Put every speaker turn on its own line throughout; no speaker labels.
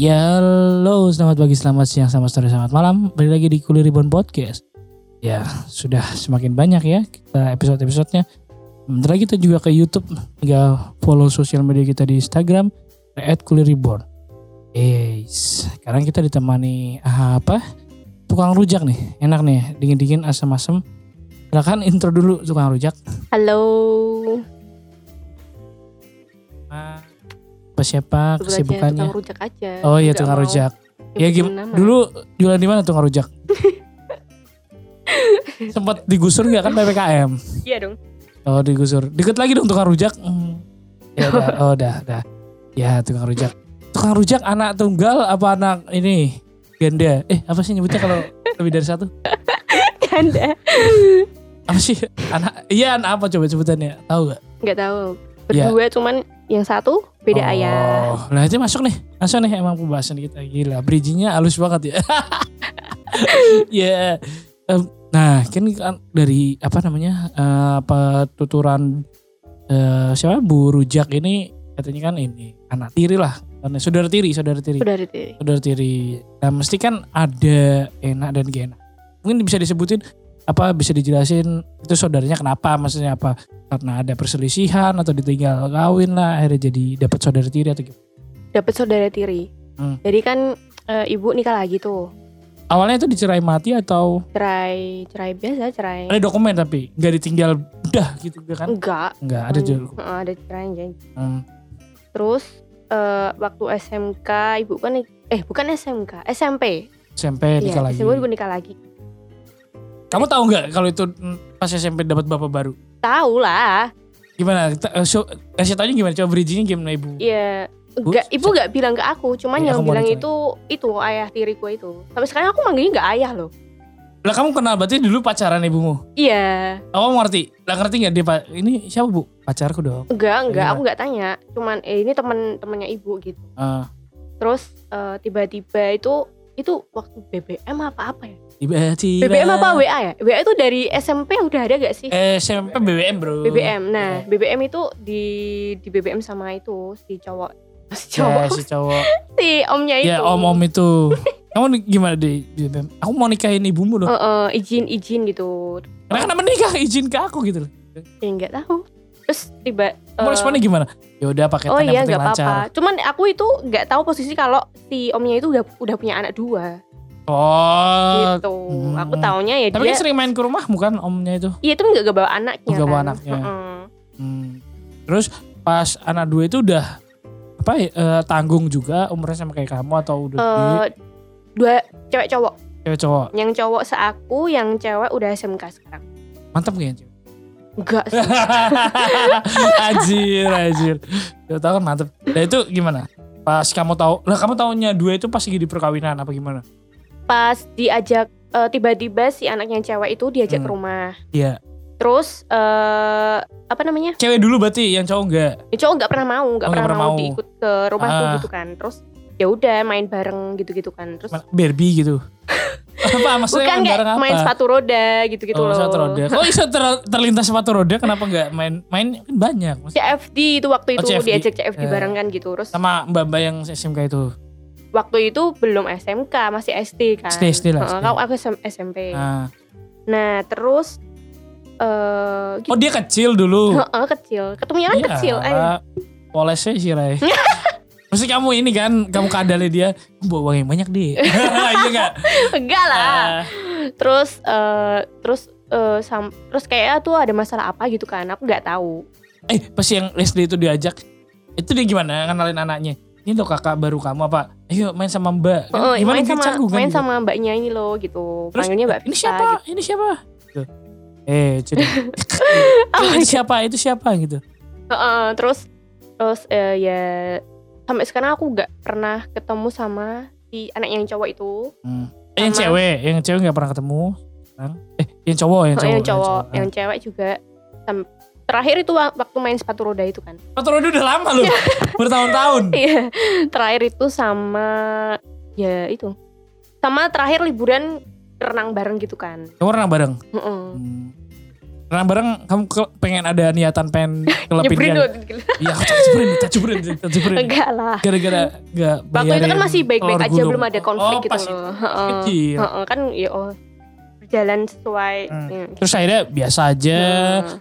Ya, halo, selamat pagi, selamat siang, selamat sore, selamat malam. Balik lagi di Kulir Ribbon Podcast. Ya, sudah semakin banyak ya kita episode-episodenya. Bentar lagi kita juga ke YouTube, tinggal follow sosial media kita di Instagram @kulirribbon. Eh, sekarang kita ditemani ah, apa? Tukang rujak nih, enak nih, dingin-dingin, asam-asam. Silakan intro dulu tukang rujak.
Halo,
Apa siapa
Sebut aja tukang
kesibukannya?
rujak aja.
Oh iya
Nggak
tukang
mau
rujak. Ya
nyebutin
gim-
nama.
dulu jualan di mana tukang rujak? Sempat digusur nggak kan PPKM?
Iya dong.
Oh digusur. Deket lagi dong tukang rujak. Hmm. Ya udah, oh dah, dah. Ya tukang rujak. Tukang rujak anak tunggal apa anak ini ganda? Eh apa sih nyebutnya kalau lebih dari satu?
Ganda.
Apa sih anak? Iya anak apa coba sebutannya? Tahu gak?
Nggak tahu.
Iya.
Berdua cuman yang satu beda
oh,
ayah.
Nah itu masuk nih, masuk nih emang pembahasan kita gila. Bridgingnya halus banget ya. ya. em, nah kan kan dari apa namanya eh, apa tuturan eh, siapa Bu Rujak ini katanya kan ini anak tiri lah, Karena saudara tiri, saudara tiri,
Sudah ada diri.
saudara tiri. Nah mesti kan ada enak dan gak enak. Mungkin bisa disebutin apa bisa dijelasin itu saudaranya kenapa maksudnya apa karena ada perselisihan atau ditinggal kawin lah akhirnya jadi dapat saudara tiri atau gimana?
Dapat saudara tiri.
Hmm.
Jadi kan eh, ibu nikah lagi tuh.
awalnya itu dicerai mati atau
Cerai, cerai biasa, cerai.
ada dokumen tapi nggak ditinggal udah gitu juga kan
Enggak.
nggak ada
Hmm,
juga
heeh, ada cerai janji.
Hmm,
Terus eh, waktu SMK ibu kan eh bukan SMK, SMP.
SMP
Iya,
nikah lagi
SMP ibu nikah lagi.
kamu tahu nggak kalau itu mm, pas SMP dapat bapak baru
Tahu lah.
gimana T- eh, so, kasih taunya gimana coba bridgingnya gimana ibu
Iya,
Bu,
enggak, ibu nggak bilang ke aku, cuman
Iya,
yang
aku mau
bilang
ditanya.
itu itu ayah tiriku itu. Tapi sekarang aku manggilnya nggak ayah loh.
lah kamu kenal berarti dulu pacaran ibumu
Iya,
oh, kamu ngerti lah ngerti nggak dia pak ini siapa bu pacarku dong
enggak enggak,
Iya.
aku nggak tanya. Cuman eh, ini teman temannya ibu gitu.
Ah,
Terus eh, tiba-tiba itu itu waktu BBM apa apa ya?
tiba-tiba
BBM apa WA ya? WA itu dari SMP udah ada gak sih?
Eh, SMP BBM bro Ya,
BBM. Nah, BBM itu di di BBM sama itu si cowok si
ya,
cowok
si cowok
si omnya itu.
ya om om itu kamu ni- gimana di BBM aku mau nikahin ibumu loh
Eh, eh, izin-izin gitu.
Karena kenapa nikah izin ke aku gitu loh.
Ya enggak tahu. Terus tiba
Kamu
eh,
responnya gimana? Ya udah paketan
Oh
yang
iya
penting
nggak
lancar.
apa-apa. Cuman aku itu nggak tahu posisi kalau si omnya itu udah udah punya anak dua
Oh.
gitu.
hmm.
Aku taunya ya
Tapi
dia.
kan sering main ke rumahmu kan omnya itu.
Iya itu nggak bawa anaknya.
Nggak bawa
kan.
anaknya.
Mm-mm.
Hmm. Terus pas anak dua itu udah apa ya, eh, tanggung juga umurnya sama kayak kamu atau udah
Eh, dua cewek cowok.
di cewek cowok
Yang cowok seaku, yang cewek udah SMK sekarang.
mantap kayaknya ya, cewek.
Enggak sih.
anjir anjir ya tahu kan mantap nah itu gimana pas kamu tahu lah kamu tahunya dua itu pas lagi di perkawinan apa gimana
Pas diajak eh, tiba-tiba si anaknya cewek itu diajak
Hmm.
ke rumah.
Iya
Terus eh apa namanya?
cewek dulu berarti yang cowok enggak
Ya, cowok nggak pernah mau, nggak
Oh, nggak
pernah,
pernah
mau
mau.
diikut ke rumahku
Ah.
gitu kan. Terus ya udah main bareng gitu-gitu kan. Terus
Mana- Barbie gitu apa maksudnya
Bukan
main
kayak
bareng apa
main sepatu roda gitu-gitu
oh,
loh.
sepatu roda kok bisa ter- terlintas sepatu roda kenapa nggak main main kan banyak Mas-
CFD itu waktu
Oh,
itu
CFD.
diajak CFD
Eh.
bareng kan gitu. Terus
sama mbak mbak yang SMK itu
waktu itu belum SMK, masih SD kan.
SD, SD lah,
Heeh,
SD.
kau- aku SM- SMP.
nah.
Nah, terus eh gitu.
oh dia kecil dulu Iya.
Heeh, kecil. Ketemunya Oh, kan kecil. Eh,
polesnya sih Ray Mesti kamu ini kan, kamu kadalnya dia, bawa uang yang banyak deh. Iya gak?
enggak
Ah.
lah. Terus eh terus eh sam- terus kayak tuh ada masalah apa gitu kan. Aku nggak tahu.
eh, pas yang SD itu diajak, itu dia gimana kenalin anaknya? Ini loh kakak baru kamu apa? Ayo main sama mbak. Kan,
Heeh,
gimana
Oh, main
dia
sama
canggung kan
main
gitu?
sama mbaknya ini loh gitu.
Terus, "Eh,
Panggilnya Mbak
Ini
Vita
siapa?
gitu.
Ini siapa? Gitu. Eh, jadi
Oh, iya.
itu siapa? Itu siapa gitu?
Heeh, terus terus eh, ya sampai sekarang aku nggak pernah ketemu sama si anak yang cowok itu
Hmm. Eh, yang
Sama-
cewek, yang cewek nggak pernah ketemu. Sekarang. Eh, yang cowok, yang
Oh,
cowok. Ah.
yang cowok
Yang
yang cewek juga Sam- terakhir itu wa- waktu main sepatu roda itu kan
cowok. Patron Ah. Oh, udah lama loh, bertahun-tahun.
iya terakhir itu sama ya itu sama terakhir liburan renang bareng gitu kan
Kamu pernah bareng?
Heeh.
Hmm. Renang bareng kamu ke- pengen ada niatan pengen kelepin
nyebrin
dia.
tuh
Iya, aku cacibrin, cacibrin, cacibrin.
gitu. enggak lah
Gara-gara gak
waktu itu kan masih baik-baik aja belum ada konflik
oh,
gitu
pas
loh
itu
Heeh.
kecil.
Heeh, kan ya oh berjalan sesuai
Hmm. Ya.
Iya.
Terus akhirnya biasa aja
Nah,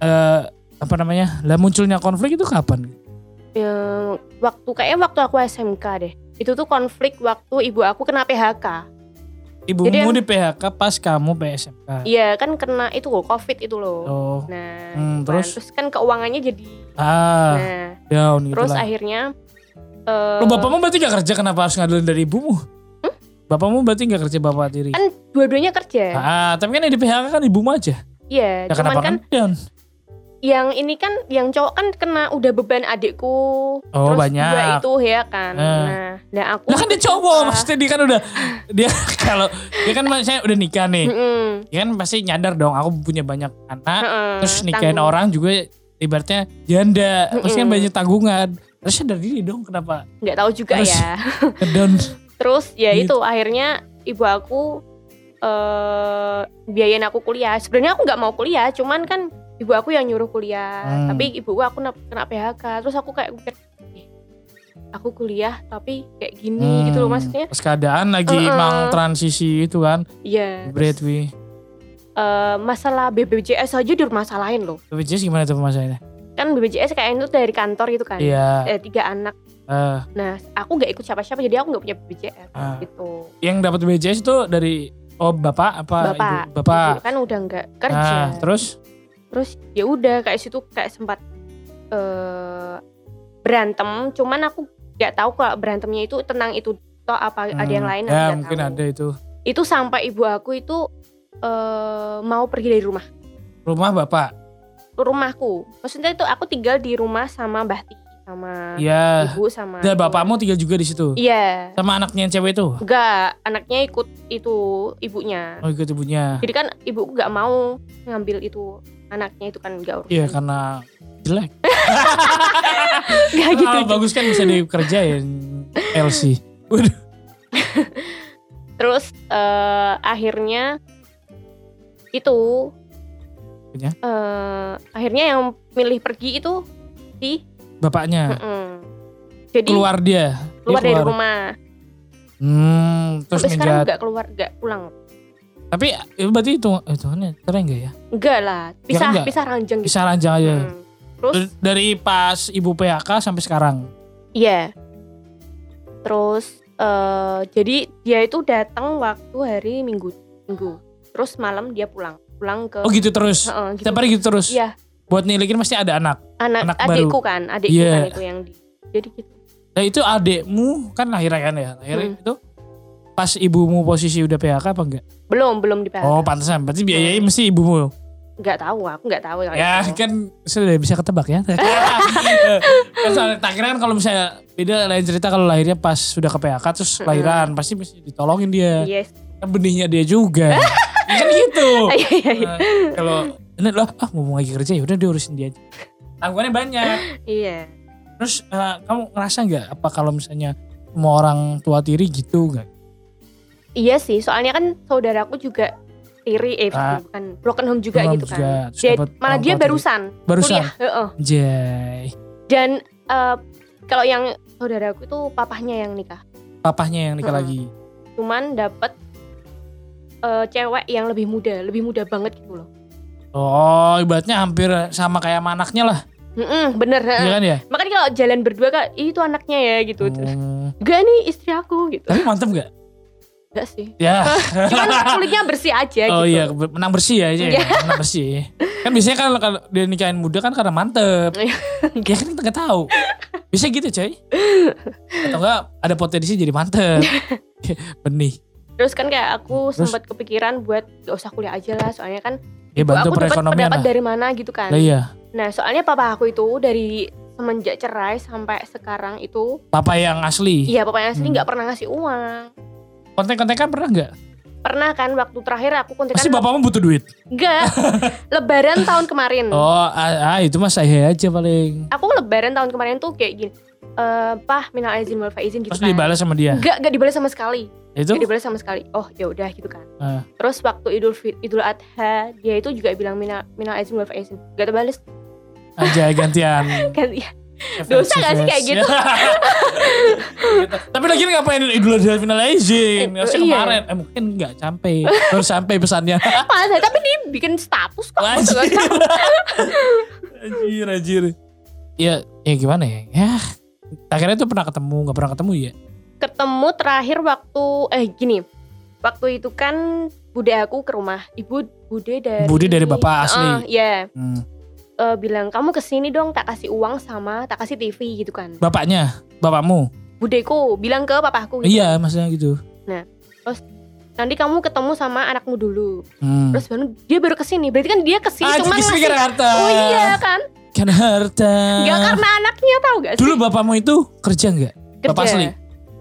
eh, apa namanya? Lah munculnya konflik itu kapan?
ya, waktu kayaknya waktu aku SMK deh itu tuh konflik waktu ibu aku kena PHK Jadi
Ibumu
yang-
di PHK pas kamu PSMK.
iya kan kena itu loh covid itu loh
Oh.
nah
Hmm,
gitu kan.
terus?
kan keuangannya jadi
Ah,
nah
down gitu
terus
lah.
akhirnya eh,
Lo bapakmu berarti gak kerja kenapa harus ngadalin dari ibumu? Bapakmu berarti gak kerja bapak diri.
Hmm? kan dua-duanya kerja
Ah, tapi kan yang di PHK kan ibumu aja.
iya
Ya
cuman
kenapa
kan
kan down?
yang ini kan yang cowok kan kena udah beban adikku
Oh,
terus
banyak.
dua itu ya kan
Eh.
nah nah aku
Lah kan dia cowok, maksudnya dia kan udah dia kalau dia kan saya udah nikah nih.
Mm-mm.
Dia kan pasti nyadar dong aku punya banyak anak.
Heeh,
terus nikahin
tanggung.
orang juga ibaratnya janda pasti kan
Mm-mm.
banyak tanggungan terus sadar diri dong kenapa
nggak tahu juga
Terus-
ya
down
terus ya
Gitu.
itu akhirnya ibu aku eh biayain aku kuliah sebenarnya aku nggak mau kuliah cuman kan ibu aku yang nyuruh kuliah
Hmm.
tapi ibu aku kena, kena PHK terus aku kayak mikir "Ih, aku kuliah tapi kayak gini gitu loh
Hmm,
maksudnya
pas keadaan lagi
Mm-mm.
emang transisi itu kan
ya
breadway
eh, masalah BBJS aja dipermasalahin loh
BPJS gimana tuh masalahnya
kan BPJS kayaknya itu dari kantor gitu kan
iya
Eh, tiga anak
eh,
nah aku nggak ikut siapa-siapa jadi aku nggak punya BPJS
Ah.
gitu
yang dapat BPJS itu dari oh bapak apa
bapak
ibu? bapak
Ibu kan udah nggak kerja
nah terus
terus ya udah kayak situ kayak sempat eh berantem cuman aku nggak tahu kalau berantemnya itu tenang itu atau apa ada yang
hmm,
lain
ya
aku nggak
mungkin
tahu.
ada itu
itu sampai ibu aku itu eh mau pergi dari rumah
rumah bapak
rumahku maksudnya itu aku tinggal di rumah sama Mbah Ti sama
ya
ibu sama
dan bapakmu tinggal juga di situ
iya
sama anaknya yang cewek itu
enggak anaknya ikut itu ibunya
oh ikut ibunya
jadi kan ibuku nggak mau ngambil itu anaknya itu kan nggak urus
iya karena jelek
nggak gitu
Kalau bagus kan bisa dikerjain LC
Terus eh, akhirnya itu
Akhirnya?
eh, akhirnya yang milih pergi itu si
bapaknya
Mm-mm. jadi keluar,
keluar dia Dia
dari rumah.
hmm terus
Tapi sekarang
menjat
nggak keluar, nggak pulang.
tapi ya, berarti itu itu keren gak ya
Enggak lah, pisah
nggak?
pisah ranjang gitu.
bisa ranjang aja
Mm.
D-
Terus
dari pas ibu PHK sampai sekarang
iya. Terus eh, jadi dia itu datang waktu hari Minggu. Minggu. Terus malam dia pulang. Pulang ke
oh gitu terus
Heeh, gitu.
setiap hari gitu terus
Iya,
buat nilikin pasti ada anak
anak,
Anak baru.
adikku kan, adikku
Iya.
kan itu yang di. Jadi gitu.
nah itu adekmu kan lahir kan ya lahir
Hmm.
itu pas ibumu posisi udah PHK apa enggak
Belum, belum di
oh pantesan berarti
Hmm.
biayanya mesti ibumu
nggak tahu aku nggak tahu kalau
Ya
itu.
kan sudah bisa ketebak ya. kan soalnya tak kira kan kalau misalnya beda lain cerita kalau lahirnya pas sudah ke PHK terus
Mm-mm. Iya.
lahiran pasti mesti ditolongin dia.
yes
Kan benihnya dia juga. Ya kan gitu.
Iya, iya, iya.
Nah, kalau ini loh ah ngomong lagi kerja ya udah diurusin dia aja. Tanggungannya banyak.
iya
Terus eh, kamu ngerasa nggak apa kalau misalnya semua orang tua tiri gitu nggak?
iya sih soalnya kan saudaraku juga tiri eh
Ah.
bukan broken home juga
Broken home
gitu
juga.
kan
Terus
Dia-
dapat
malah
orang
dia
tua tiri.
barusan
Barusan.
kuliah heeh.
Jay.
dan eh, kalau yang saudaraku itu papahnya yang nikah
Papahnya yang nikah
Mm-mm.
lagi.
cuman dapet eh, cewek yang lebih muda lebih muda banget gitu loh
Oh, ibaratnya hampir sama kayak sama anaknya lah,
Mm-mm, bener
iya
heeh.
kan ya?
makanya kalau jalan berdua kan "Ih, itu anaknya ya gitu
Hmm.
gak nih istri aku gitu
Tapi mantep gak?
enggak sih
Ya.
cuman kulitnya bersih aja
oh
gitu
iya, be- menang bersih ya aja. ya.
Iya.
menang bersih. Kan biasanya kan kalau dia nikahin muda kan karena mantep.
Iya.
ya kan kita nggak tahu. Bisa gitu coy. Atau enggak ada potensi jadi mantep. Benih.
Terus kan kayak aku
Terus?
sempat kepikiran buat gak usah kuliah aja lah soalnya kan
Ya bantu
aku dapat
perekonomian
pendapat
lah.
dari mana gitu kan.
Lah iya,
Nah, soalnya papa aku itu dari semenjak cerai sampai sekarang itu
papa yang asli.
iya papanya
Hmm.
sendiri nggak pernah ngasih uang.
Konten-konten kan pernah nggak?
Pernah kan waktu terakhir aku kontekan
Pasti bapakmu butuh duit.
enggak. lebaran tahun kemarin.
Oh, ah, ah, itu mah saya aja paling.
Aku lebaran tahun kemarin tuh kayak gini. Eh, pah minal izin wal faizin gitu
Terus
kan.
dibalas sama dia.
Enggak, enggak dibalas sama sekali.
Ya itu
Hmm. Jadi balas sama sekali. Oh ya udah gitu kan.
Ah.
Terus waktu Idul Fit- Idul Adha dia itu juga bilang mina mina izin wal izin. Gak terbalas
aja gantian
kan ya. Dosa gak sih kayak gitu?
Tapi lagi ngapain Idul Adha finalizing?
Eh,
Harusnya
iya.
kemarin. Eh, mungkin nggak sampai. Baru sampai pesannya.
Masa, tapi dia bikin status kok.
Wajib.
Maksud gue,
anjir, anjir. Ya, ya gimana ya? Ya, akhirnya tuh pernah ketemu, nggak pernah ketemu ya?
Ketemu terakhir waktu eh gini. Waktu itu kan bude aku ke rumah. Ibu bude dari
Bude dari bapak asli.
Ah, Iya.
Hmm.
Eh, bilang kamu kesini dong tak kasih uang sama tak kasih TV gitu kan.
Bapaknya, bapakmu.
Budeku bilang ke papaku gitu.
Iya, maksudnya gitu.
Nanti kamu ketemu sama anakmu dulu.
Hmm.
Terus baru dia baru kesini. Berarti kan dia kesini
Ah,
cuma
jadi
ngasih
speaker harta.
Oh iya kan?
Kan harta.
Gak karena anaknya tahu gak sih?
Ah. Dulu bapakmu itu kerja nggak?
Kerja.
Bapak asli.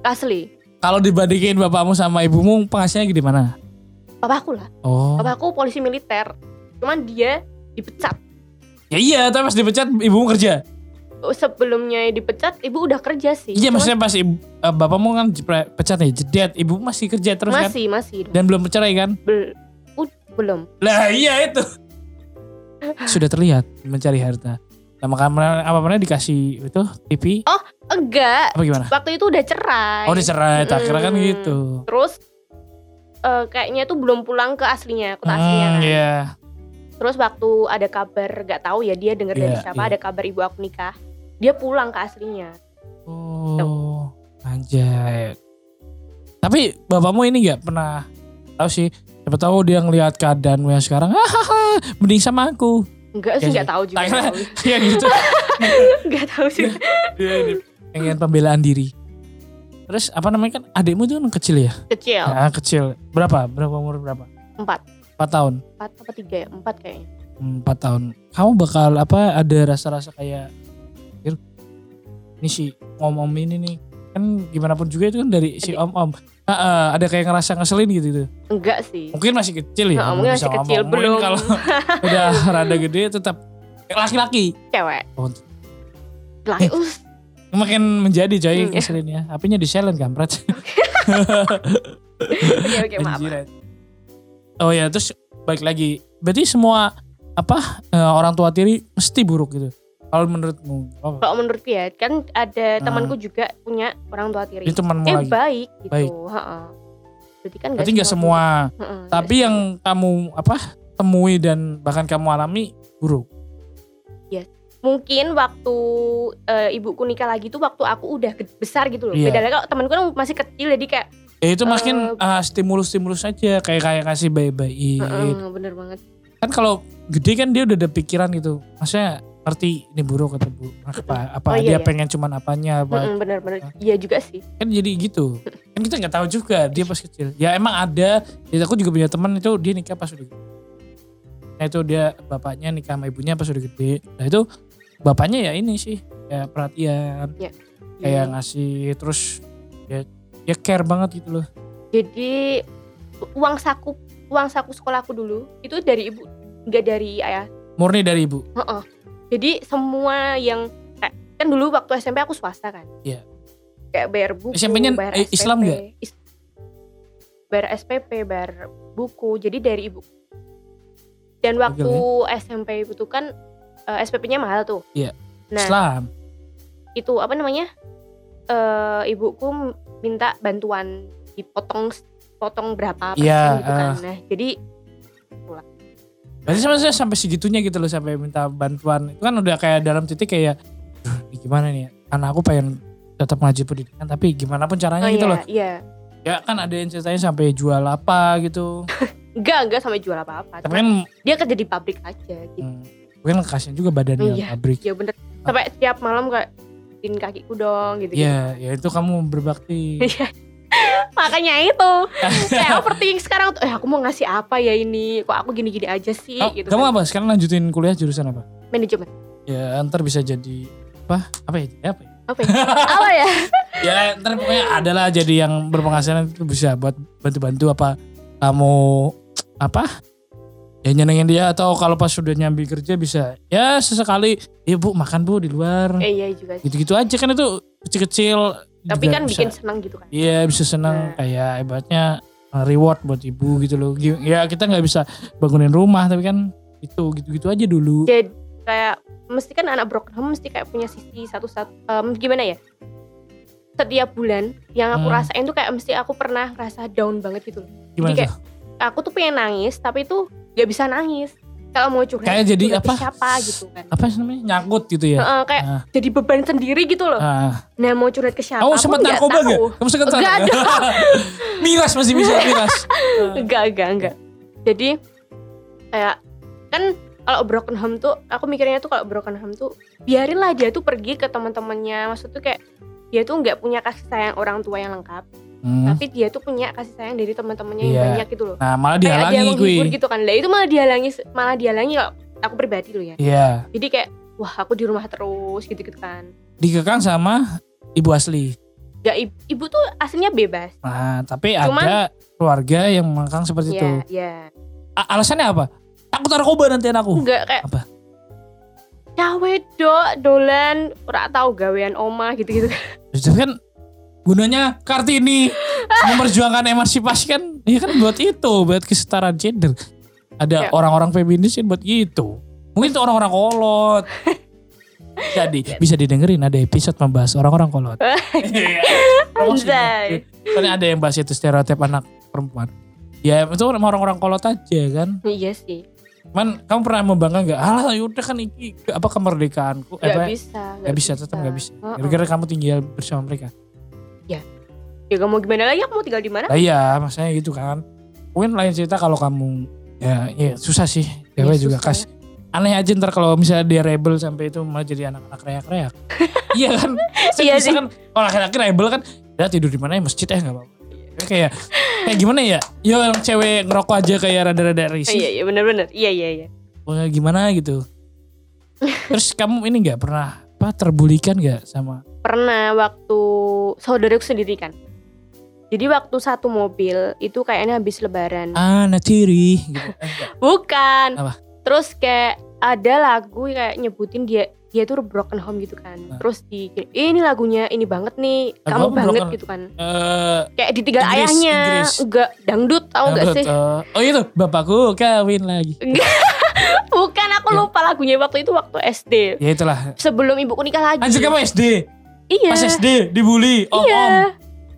Asli.
Kalau dibandingin bapakmu sama ibumu, penghasilannya gede mana?
Papaku lah.
Oh.
Papaku polisi militer. Cuman dia dipecat.
Ya iya, tapi pas dipecat ibumu kerja.
Sebelumnya dipecat, ibu udah kerja sih.
Iya,
Cuman
maksudnya pas ibu, eh, bapakmu kan jepre- pecat ya, jedet, ibu masih kerja terus kan?
masih masih
Dan belum bercerai kan?
Bel- ud- belum.
Lah iya itu. Sudah terlihat mencari harta. Nah, makanya apa namanya dikasih itu TV
Enggak.
apa gimana?
Waktu itu udah cerai.
Oh, dicerai. tak Akhirnya kan
Mm.
gitu.
Terus eh, kayaknya tuh belum pulang ke aslinya, kota aslinya.
Hmm,
kan.
iya.
Terus waktu ada kabar gak tahu ya dia denger dari
Iya,
siapa
iya.
ada kabar ibu aku nikah. Dia pulang ke aslinya.
Oh, anjay. Tapi bapakmu ini nggak pernah tahu sih. Siapa tahu dia ngelihat keadaanmu yang sekarang. "Ah, Hahaha, mending sama aku.
Enggak sih
Iya
enggak tahu juga.
Akhirnya ya gitu.
Enggak tahu sih.
Iya. Dia ini pengen pembelaan diri. Terus apa namanya kan adikmu itu kan kecil ya?
Kecil.
Nah, kecil. Berapa? Berapa umur berapa?
Empat.
4 tahun.
Empat apa tiga ya? Empat kayaknya.
Hmm, 4 tahun. Kamu bakal apa ada rasa-rasa kayak "Anjir, ini si om-om ini nih kan gimana pun juga itu kan dari si om-om. Ah, ah, ada kayak ngerasa ngeselin gitu gitu.
Enggak sih.
Mungkin masih kecil ya. belum
Nah,
bisa
mungkin masih kecil
ngomong. Mungkin
belum
kalau udah rada gede tetap laki-laki.
cewek.
Oh.
Laki
Eh,
us.
Makin menjadi coy
Hmm.
ngeselinnya. Apinya di silent kampret.
Oke oke maaf.
Anjir, anjir. Oh ya, terus balik lagi. Berarti semua apa eh, orang tua tiri mesti buruk gitu. Kalau menurutmu apa?
Kalau menurut dia kan ada
Hmm.
temanku juga punya orang tua tiri.
Ini temanmu
Dia
lagi.
baik gitu.
Baik.
Heeh. Berarti kan
Berarti nggak semua,
buruk. Heeh, nggak
tapi yang kamu apa temui dan bahkan kamu alami buruk.
mungkin waktu eh, ibuku nikah lagi tuh waktu aku udah ge- besar gitu loh.
Iya.
Beda lagi kalau temanku kan masih kecil jadi kayak
Ya itu makin
Eh,
ah, stimulus-stimulus aja kayak kayak kasih bayi-bayi.
"Heeh, bener banget.
Kan kalau gede kan dia udah ada pikiran gitu. Maksudnya ngerti ini buruk atau bu- apa apa
Oh, iya,
dia
iya.
pengen cuman apanya apa
Heeh, bener-bener. Iya juga sih.
kan jadi gitu kan kita nggak tahu juga dia pas kecil ya emang ada ya aku juga punya teman itu dia nikah pas udah gede nah itu dia bapaknya nikah sama ibunya pas udah gede nah itu bapaknya ya ini sih ya perhatian kayak
Iya.
ngasih terus ya ya care banget gitu loh
Jadi uang saku uang saku sekolahku dulu itu dari ibu nggak dari ayah.
murni dari ibu
Heeh. Jadi semua yang kayak- kan dulu waktu SMP aku swasta kan.
Iya.
Kayak bayar buku,
SMP-nya
bayar
eh, Islam
SPP.
nggak?
Is- bayar SPP, bayar buku. Jadi dari ibu. Dan waktu SMP itu kan eh, SPP-nya mahal tuh.
Iya.
Nah,
Islam
itu apa namanya? Eh ibuku minta bantuan dipotong potong berapa persen
Iya,
gitu kan. Nah, jadi
berarti sampai sampai segitunya gitu loh sampai minta bantuan itu kan udah kayak dalam titik kayak "Duh, ini gimana nih ya? anak aku pengen tetap ngaji pendidikan tapi gimana pun caranya
oh
gitu
iya,
loh
iya.
ya kan ada yang ceritanya sampai jual apa gitu
Enggak, enggak sampai jual apa-apa.
tapi
Cuma
kan
dia kerja di pabrik aja gitu.
hmm, mungkin kasihan juga badannya
Iya.
pabrik
ya bener sampai tiap malam kayak bikin kakiku dong gitu,
ya ya itu kamu berbakti
makanya itu kayak overthinking sekarang tuh eh aku mau ngasih apa ya ini kok aku gini-gini aja sih
Oh,
gitu
kamu
kan.
apa sekarang lanjutin kuliah jurusan apa
manajemen
ya ntar bisa jadi apa apa ya jadi apa ya?
apa ya apa ya
ya ntar pokoknya adalah jadi yang berpenghasilan itu bisa buat bantu-bantu apa kamu apa ya nyenengin dia atau kalau pas sudah nyambi kerja bisa ya sesekali ya bu makan bu di luar
eh, iya juga sih
gitu-gitu aja kan itu kecil-kecil
tapi
juga
kan
bisa-
bikin seneng gitu kan
Iya bisa senang
Nah.
kayak ibaratnya uh, reward buat ibu gitu loh. Gi- Ya kita nggak bisa bangunin rumah tapi kan itu gitu-gitu aja dulu.
jadi kayak mesti kan anak broken home mesti kayak punya sisi satu satu gimana ya setiap bulan yang aku
Hmm.
rasain tuh kayak mesti aku pernah rasa down banget gitu loh
Gimana
jadi
tuh?
kayak aku tuh pengen nangis tapi tuh gak bisa nangis kalau mau curhat
Kayak jadi
curhat ke
apa?
siapa gitu kan
Apa sih namanya? Nyangkut gitu ya.
Heeh, kayak
Ah.
jadi beban sendiri gitu loh
Ah.
nah mau curhat ke siapa
Kamu
pun
sempat
nggak
narkoba
tahu.
gak? Kamu sempat
Nggak ada.
miras masih bisa miras.
enggak enggak enggak jadi kayak kan kalau broken home tuh aku mikirnya tuh kalau broken home tuh biarinlah dia tuh pergi ke teman-temannya maksud tuh kayak dia tuh nggak punya kasih sayang orang tua yang lengkap
Hmm.
tapi dia tuh punya kasih sayang dari teman-temannya
Iya.
yang banyak gitu loh
Nah malah
kayak dia
dihalangi gue.
menghibur gitu kan lah itu malah dihalangi malah dihalangi kalau aku pribadi loh ya
Iya.
jadi kayak wah aku di rumah terus gitu gitu kan
Dikekang sama ibu asli.
gak ibu, ibu tuh aslinya bebas
Nah tapi
Cuman-
ada keluarga yang mengekang seperti itu.
ya ya
A- alasannya apa? Takut narkoba nanti anakku.
enggak kayak
Uh, apa?
Ya wedok dolan ora tau gawean omah gitu-gitu
Itu kan gunanya Kartini memperjuangkan emansipasi kan ya kan buat itu, buat kesetaraan gender. Ada
Ya.
orang-orang feminis yang buat gitu. Mungkin itu orang-orang kolot. Jadi bisa didengerin ada episode membahas orang-orang kolot. Iya. Promosi.
Anjay.
Soalnya ada yang bahas itu stereotip anak perempuan. Ya itu orang-orang kolot aja kan.
Iya sih,
Man, kamu pernah membangga nggak? Alah yaudah kan ini apa kemerdekaanku? Eh, apa-
nggak bisa,
Gak bisa, tetap gak bisa.
Heeh.
Gara-gara kamu tinggal bersama mereka.
Ya kamu mau gimana lagi? Aku mau tinggal di mana?
Lah iya, maksudnya gitu kan. Mungkin lain cerita kalau kamu ya, ya susah sih.
Ya,
Cewek juga kas.
susah.
Aneh aja ntar kalau misalnya dia rebel sampai itu malah jadi anak-anak reak-reak. iya kan? Saya
Iya
bisa
sih.
kan kalau laki-laki rebel kan ya tidur di mana ya masjid ya nggak apa-apa. Ya, Kayak kayak gimana ya? Ya yang cewek ngerokok aja kayak rada-rada
Oh,
risih.
iya iya benar-benar. Iya iya iya.
Pokoknya gimana gitu. Terus kamu ini nggak pernah apa terbulikan nggak sama
Pernah waktu saudaraku sendiri kan. Jadi waktu satu mobil itu kayaknya habis lebaran.
anak tiri "Ah, gitu? Eh, nggak.
Bukan.
Apa?
Terus kayak ada lagu kayak nyebutin dia dia tuh broken home gitu kan.
Nah.
Terus di "Eh, ini lagunya ini banget nih,
Lagu
kamu
apa
banget
broken-
gitu kan.
Eh,
Kayak ditinggal
Inggris,
ayahnya.
Inggris.
Enggak dangdut tau enggak
Betul.
sih?
Oh itu bapakku kawin lagi.
Bukan aku
Ya.
lupa lagunya waktu itu waktu SD.
Ya itulah.
Sebelum ibuku nikah lagi.
Anjir kamu SD,
Iya.
pas SD dibully om
iya.
om. Ah.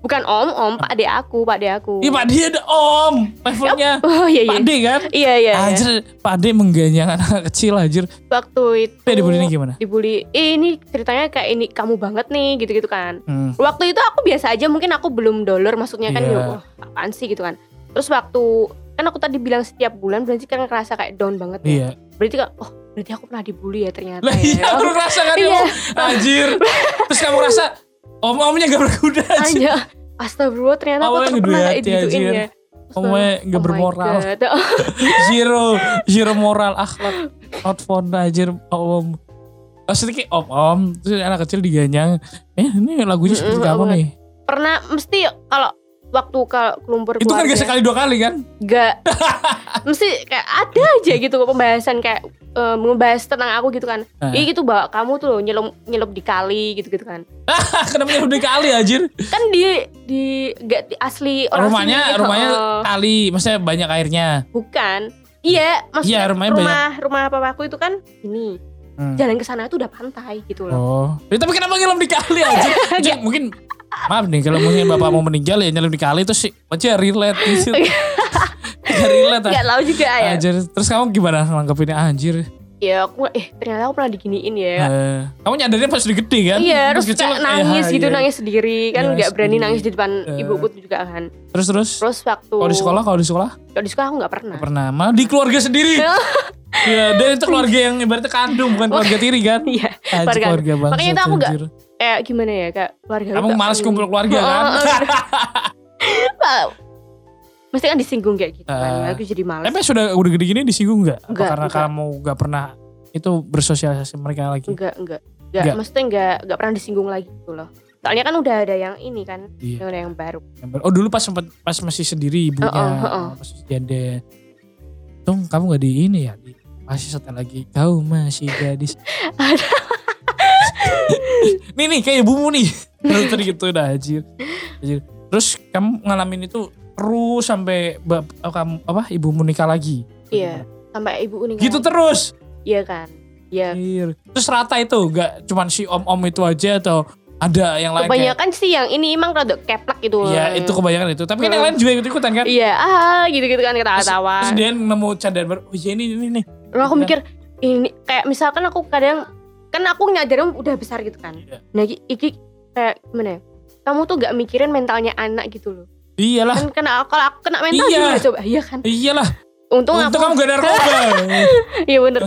Bukan om, om, pak de aku, pak de aku.
Iya Pak D ada om levelnya.
Oh iya iya.
Pak D kan.
Iya iya. iya.
Anjir Pak D mengganyang anak kecil anjir.
Waktu itu
Tapi dibully gimana?
dibully, "Eh, ini ceritanya kayak ini kamu banget nih gitu-gitu kan.
Hmm.
Waktu itu aku biasa aja mungkin aku belum dolar maksudnya kan
Iya.
ya wah, apaan sih gitu kan. Terus waktu kan aku tadi bilang setiap bulan berarti kan ngerasa kayak down banget nih.
Iya.
Berarti kan oh berarti aku pernah dibully ya ternyata
Lah iya
ya.
baru ngerasa kan
Iya.
kamu. Anjir. Terus kamu ngerasa om-omnya gak berguna anjir.
Aja. Astagfirullah ternyata aku
Awalnya
tuh pernah kayak
ngeduyati, kan.
digituin
anjir.
ya.
Omnya
Oh
gak
my
bermoral.
God.
Zero. Zero moral akhlak. Not fun anjir om. Oh, Maksudnya kayak om-om. Terus anak kecil diganyang. Eh ini lagunya
Mm-mm,
seperti apa
om-om.
nih?
pernah mesti kalau waktu kalau kelumpur
Itu kan gak
keluarga,
sekali dua kali kan?
gak mesti kayak ada aja gitu pembahasan kayak eh, membahas tentang aku gitu kan
Nah.
Ih gitu bawa kamu tuh loh nyelup nyelup di kali gitu gitu kan
Ah, kenapa nyebut dia kali anjir?
kan di di gak di asli orang
rumahnya
sini,
rumahnya
heeh.
kali, maksudnya banyak airnya.
bukan iya maksudnya
Iya, rumahnya
rumah rumah papaku itu kan ini
Hmm.
jalan ke sana tuh udah pantai gitu loh
Oh. Ya, tapi kenapa nyelam di kali anjir? Anjir, mungkin maaf nih kalau mungkin bapak mau meninggal ya nyelam di kali itu sih aja relate di situ. Nggak relate
nggak tahu juga
ah.
ya
anjir. Terus kamu gimana nangkepinnya anjir?
ya aku eh ternyata aku pernah diginiin ya
Eh, kamu nyadarnya pas udah gede kan?
Iya, harus
kecil
kayak
kayak,
nangis
ah,
gitu,
iya.
nangis sendiri kan
Nangis
nggak berani
sendiri.
nangis di depan
Eh.
ibuku juga kan.
Terus terus.
Terus Nah. waktu
Kalau di sekolah, kalau di sekolah
kalau di sekolah aku nggak pernah.
nggak pernah. Malah di keluarga sendiri. ya, dan itu keluarga yang ibaratnya kandung bukan keluarga tiri kan?
Iya,
Anjir,
keluarga.
keluarga banget.
Makanya itu aku nggak- kayak gimana ya kak keluarga. aku
Kamu
nggak
malas
pernah.
kumpul keluarga
Oh,
kan?
oh, oh. Mesti kan disinggung kayak gitu
Eh.
kan. Aku jadi malas.
Emang sudah udah gede gini disinggung nggak? Apa
Nggak,
Karena
nggak.
kamu nggak pernah itu bersosialisasi mereka lagi.
Enggak, enggak. Enggak,
Nggak.
maksudnya enggak enggak pernah disinggung lagi gitu loh. Soalnya kan udah ada yang ini kan,
Iya.
yang ada yang baru.
Oh dulu pas sempat pas masih sendiri ibunya,
Heeh, heeh.
pas masih ada. Tung kamu nggak di ini ya? Di, masih setel lagi. Kau masih gadis. nih nih kayak ibumu nih. Terus gitu udah anjir. Anjir. Terus kamu ngalamin itu terus sampai bab, oh, kamu apa ibumu nikah lagi.
Iya. Sampai ibu uning.
Gitu terus.
Iya kan. Iya.
Anjir. Terus rata itu nggak cuman si om-om itu aja atau ada yang lain kayak-
Kebanyakan sih yang ini emang rada keplak gitu loh.
Iya, itu kebanyakan itu. Tapi kan yang
Heeh.
lain juga ikut-ikutan kan?
Iya, ah gitu-gitu kan kita tawa.
Terus dia nemu candaan baru. Oh iya ini ini nih.
Lalu aku mikir ini kayak misalkan aku kadang kan aku nyadarin udah besar gitu kan.
Iya.
Nah, iki- iki kayak gimana ya? Kamu tuh gak mikirin mentalnya anak gitu loh.
Iyalah,
Kan kena kalau aku kena mental
Ah. Iya.
juga coba. Iya kan.
iyalah.
Untung,
Untuk
aku
kamu gak narkoba.
Iya bener.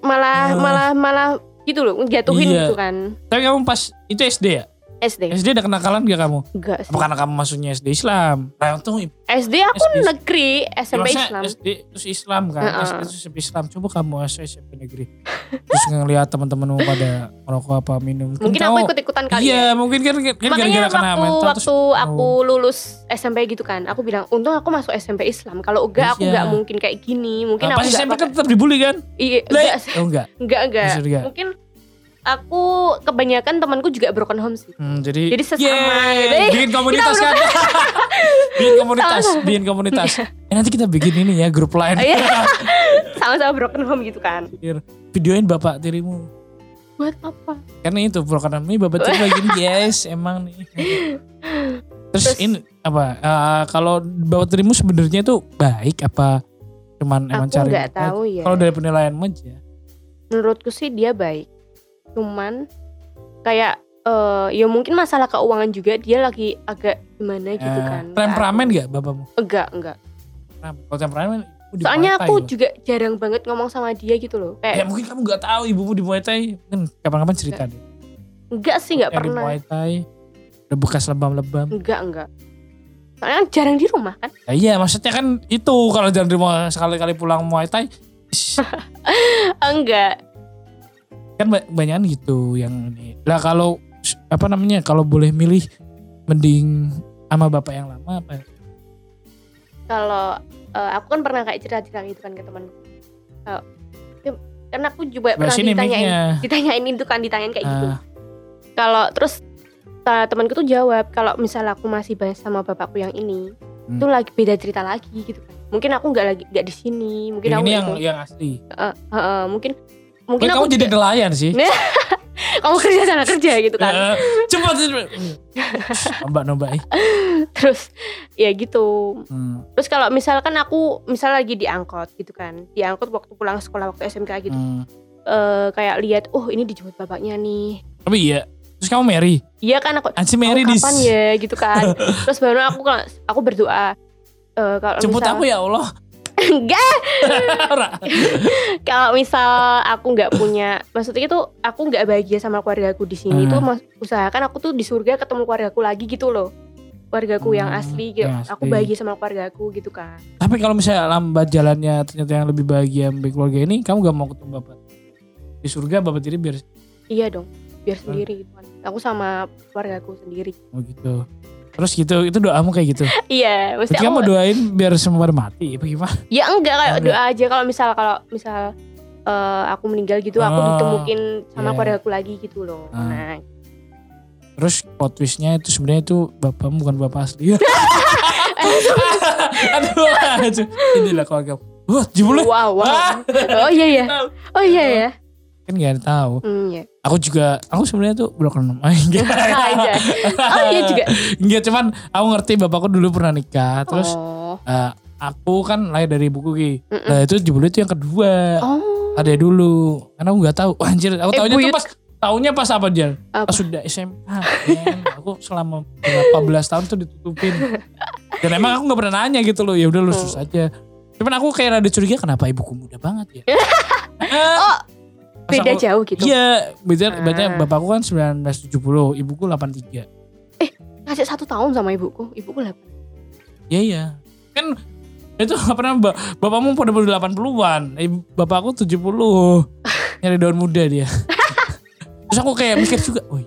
Malah
Ah.
malah malah gitu loh, jatuhin
Iya.
gitu kan.
Tapi kamu pas itu SD ya?
SD.
SD ada kenakalan gak kamu?
Enggak sih.
Apa karena kamu masuknya SD Islam? Nah, untung ibu-
SD aku
SD.
negeri, SMP
maksudnya
Islam.
SD terus Islam kan?
Heeh.
SD terus SMP Islam. Coba kamu SD SMP negeri. Terus ngeliat teman-temanmu pada merokok apa minum. Kan
Mungkin aku
kamu-
ikut-ikutan kali
Iya,
ya.
mungkin kan kan
Makanya
gara-gara kena
waktu,
mental terus- Oh.
waktu aku lulus SMP gitu kan, aku bilang untung aku masuk SMP Islam. Kalau enggak aku
Iya.
enggak mungkin kayak gini. Mungkin
Nah,
aku
pas
enggak
SMP kan
bakal-
tetap dibully kan?
Iya,
Lah,
enggak, sih.
Oh enggak.
enggak, enggak.
Maksudnya enggak.
Mungkin aku kebanyakan temanku juga broken home sih.
Hmm, jadi,
Jadi sesama,
Yeay,
jadi
bikin komunitas
kita
kan. bikin komunitas, bikin komunitas. Eh, nanti kita bikin ini ya grup lain.
Iya. Sama-sama broken home gitu kan.
Videoin bapak tirimu.
Buat apa?
Karena itu program ini bapak tiri lagi nih, guys, emang nih. Terus,
Terus-
ini apa? eh, kalau bapak tirimu sebenarnya tuh baik apa cuman emang
aku
cari
enggak tahu ya.
Kalau dari penilaianmu aja.
menurutku sih dia baik cuman kayak eh, ya mungkin masalah keuangan juga dia lagi agak gimana gitu
eh,
kan
Temperamen gak bapakmu?
enggak enggak
Temperamen. Kalau temperamen ibu di gitu?
soalnya
Muay Thai
aku
loh.
juga jarang banget ngomong sama dia gitu loh
Ya
kayak
mungkin kamu gak tahu ibumu di Muay Thai. Mungkin kapan-kapan cerita deh.
enggak sih enggak
yang di
pernah
Muay Thai udah bekas lebam-lebam
enggak enggak soalnya kan jarang di rumah kan
Ya iya maksudnya kan itu kalau jangan di rumah sekali-kali pulang Muay Thai ish,
enggak
kan banyak gitu yang ini lah kalau s- apa namanya kalau boleh milih mending sama bapak yang lama apa ya?
kalau eh, aku kan pernah kayak cerita-cerita gitu kan ke teman Eh, ya, karena aku juga
Sebelah
pernah
sini
ditanyain
mic-nya.
ditanyain itu kan ditanyain kayak gitu
Ah,
kalau terus ta- temanku tuh jawab kalau misal aku masih bahas sama bapakku yang ini
Hmm.
itu lagi beda cerita lagi gitu kan mungkin aku nggak lagi nggak di sini mungkin
yang
aku
ini yang
itu-
yang asli
Eh, eh, eh, mungkin
Tapi
mungkin aku
kamu jadi nelayan sih
Gitu kamu kerja sana kerja gitu kan
Eh, cepat cepat. Hmm. nombak nombak eh.
terus ya gitu
Hmm,
terus kalau misalkan aku misal lagi diangkut gitu kan diangkut waktu pulang sekolah waktu SMK gitu
hmm.
Eh, kayak lihat oh ini dijemput bapaknya nih
tapi iya terus kamu Mary
iya kan aku
anci
aku
Mary dis
kapan ya gitu kan terus baru aku aku berdoa eh, kalau
jemput
misal-
aku ya Allah
enggak
Ora.
kalau misal aku nggak punya maksudnya itu aku nggak bahagia sama keluargaku di
Hmm.
sini itu mas- usahakan aku tuh di surga ketemu keluargaku lagi gitu loh keluargaku yang
Hmm,
asli gitu
yang
aku
asli.
bahagia sama keluargaku gitu kan
Tapi kalau misalnya lambat jalannya ternyata yang lebih bahagia sampai keluarga ini, kamu gak mau ketemu bapak di surga bapak tiri biar
iya dong biar
Hmm.
sendiri gitu kan aku sama keluargaku sendiri
oh gitu. Terus gitu, itu doamu kayak gitu.
iya mesti
Berarti kamu
aku
doain biar semua pada mati, apa gimana?
ya enggak kayak
Enggak.
doa aja kalau misal kalau misal eh, aku meninggal gitu aku
Oh,
ditemukin sama
iya.
keluargaku lagi gitu loh
Hmm.
nah
Terus plot twistnya itu sebenarnya itu bapakmu bukan bapak asli. Aduh, aduh. Inilah keluarga. Wah, jebule.
wow wow
Ah.
oh iya ya oh iya ya
Kan gak ada tahu.
hmm, ya
Aku juga, aku sebenarnya tuh broken home. Enggak.
aja oh iya juga
Enggak, cuman aku ngerti bapakku dulu pernah nikah. Terus
oh.
eh, aku kan lahir dari ibuku Ki.
Mm-mm.
Nah itu jebule itu yang kedua.
Oh,
ada dulu karena aku nggak tahu Wah, anjir aku
Eh,
tahunya tuh
buyut.
pas tahunya pas apa Jan
Apa?
pas sudah SMA men. aku selama berapa belas tahun tuh ditutupin dan emang aku nggak pernah nanya gitu loh ya udah
Hmm.
lu sus aja cuman aku kayak rada curiga kenapa ibuku muda banget ya oh
beda jauh gitu.
iya beda
Ah.
beda bapakku kan 1970 ibuku 83
Kasih satu tahun sama ibuku, ibuku lah.
iya iya kan itu apa namanya ba- bapakmu pada baru 80-an Ibu- eh, bapakku 70 nyari daun muda dia terus aku kayak mikir juga woi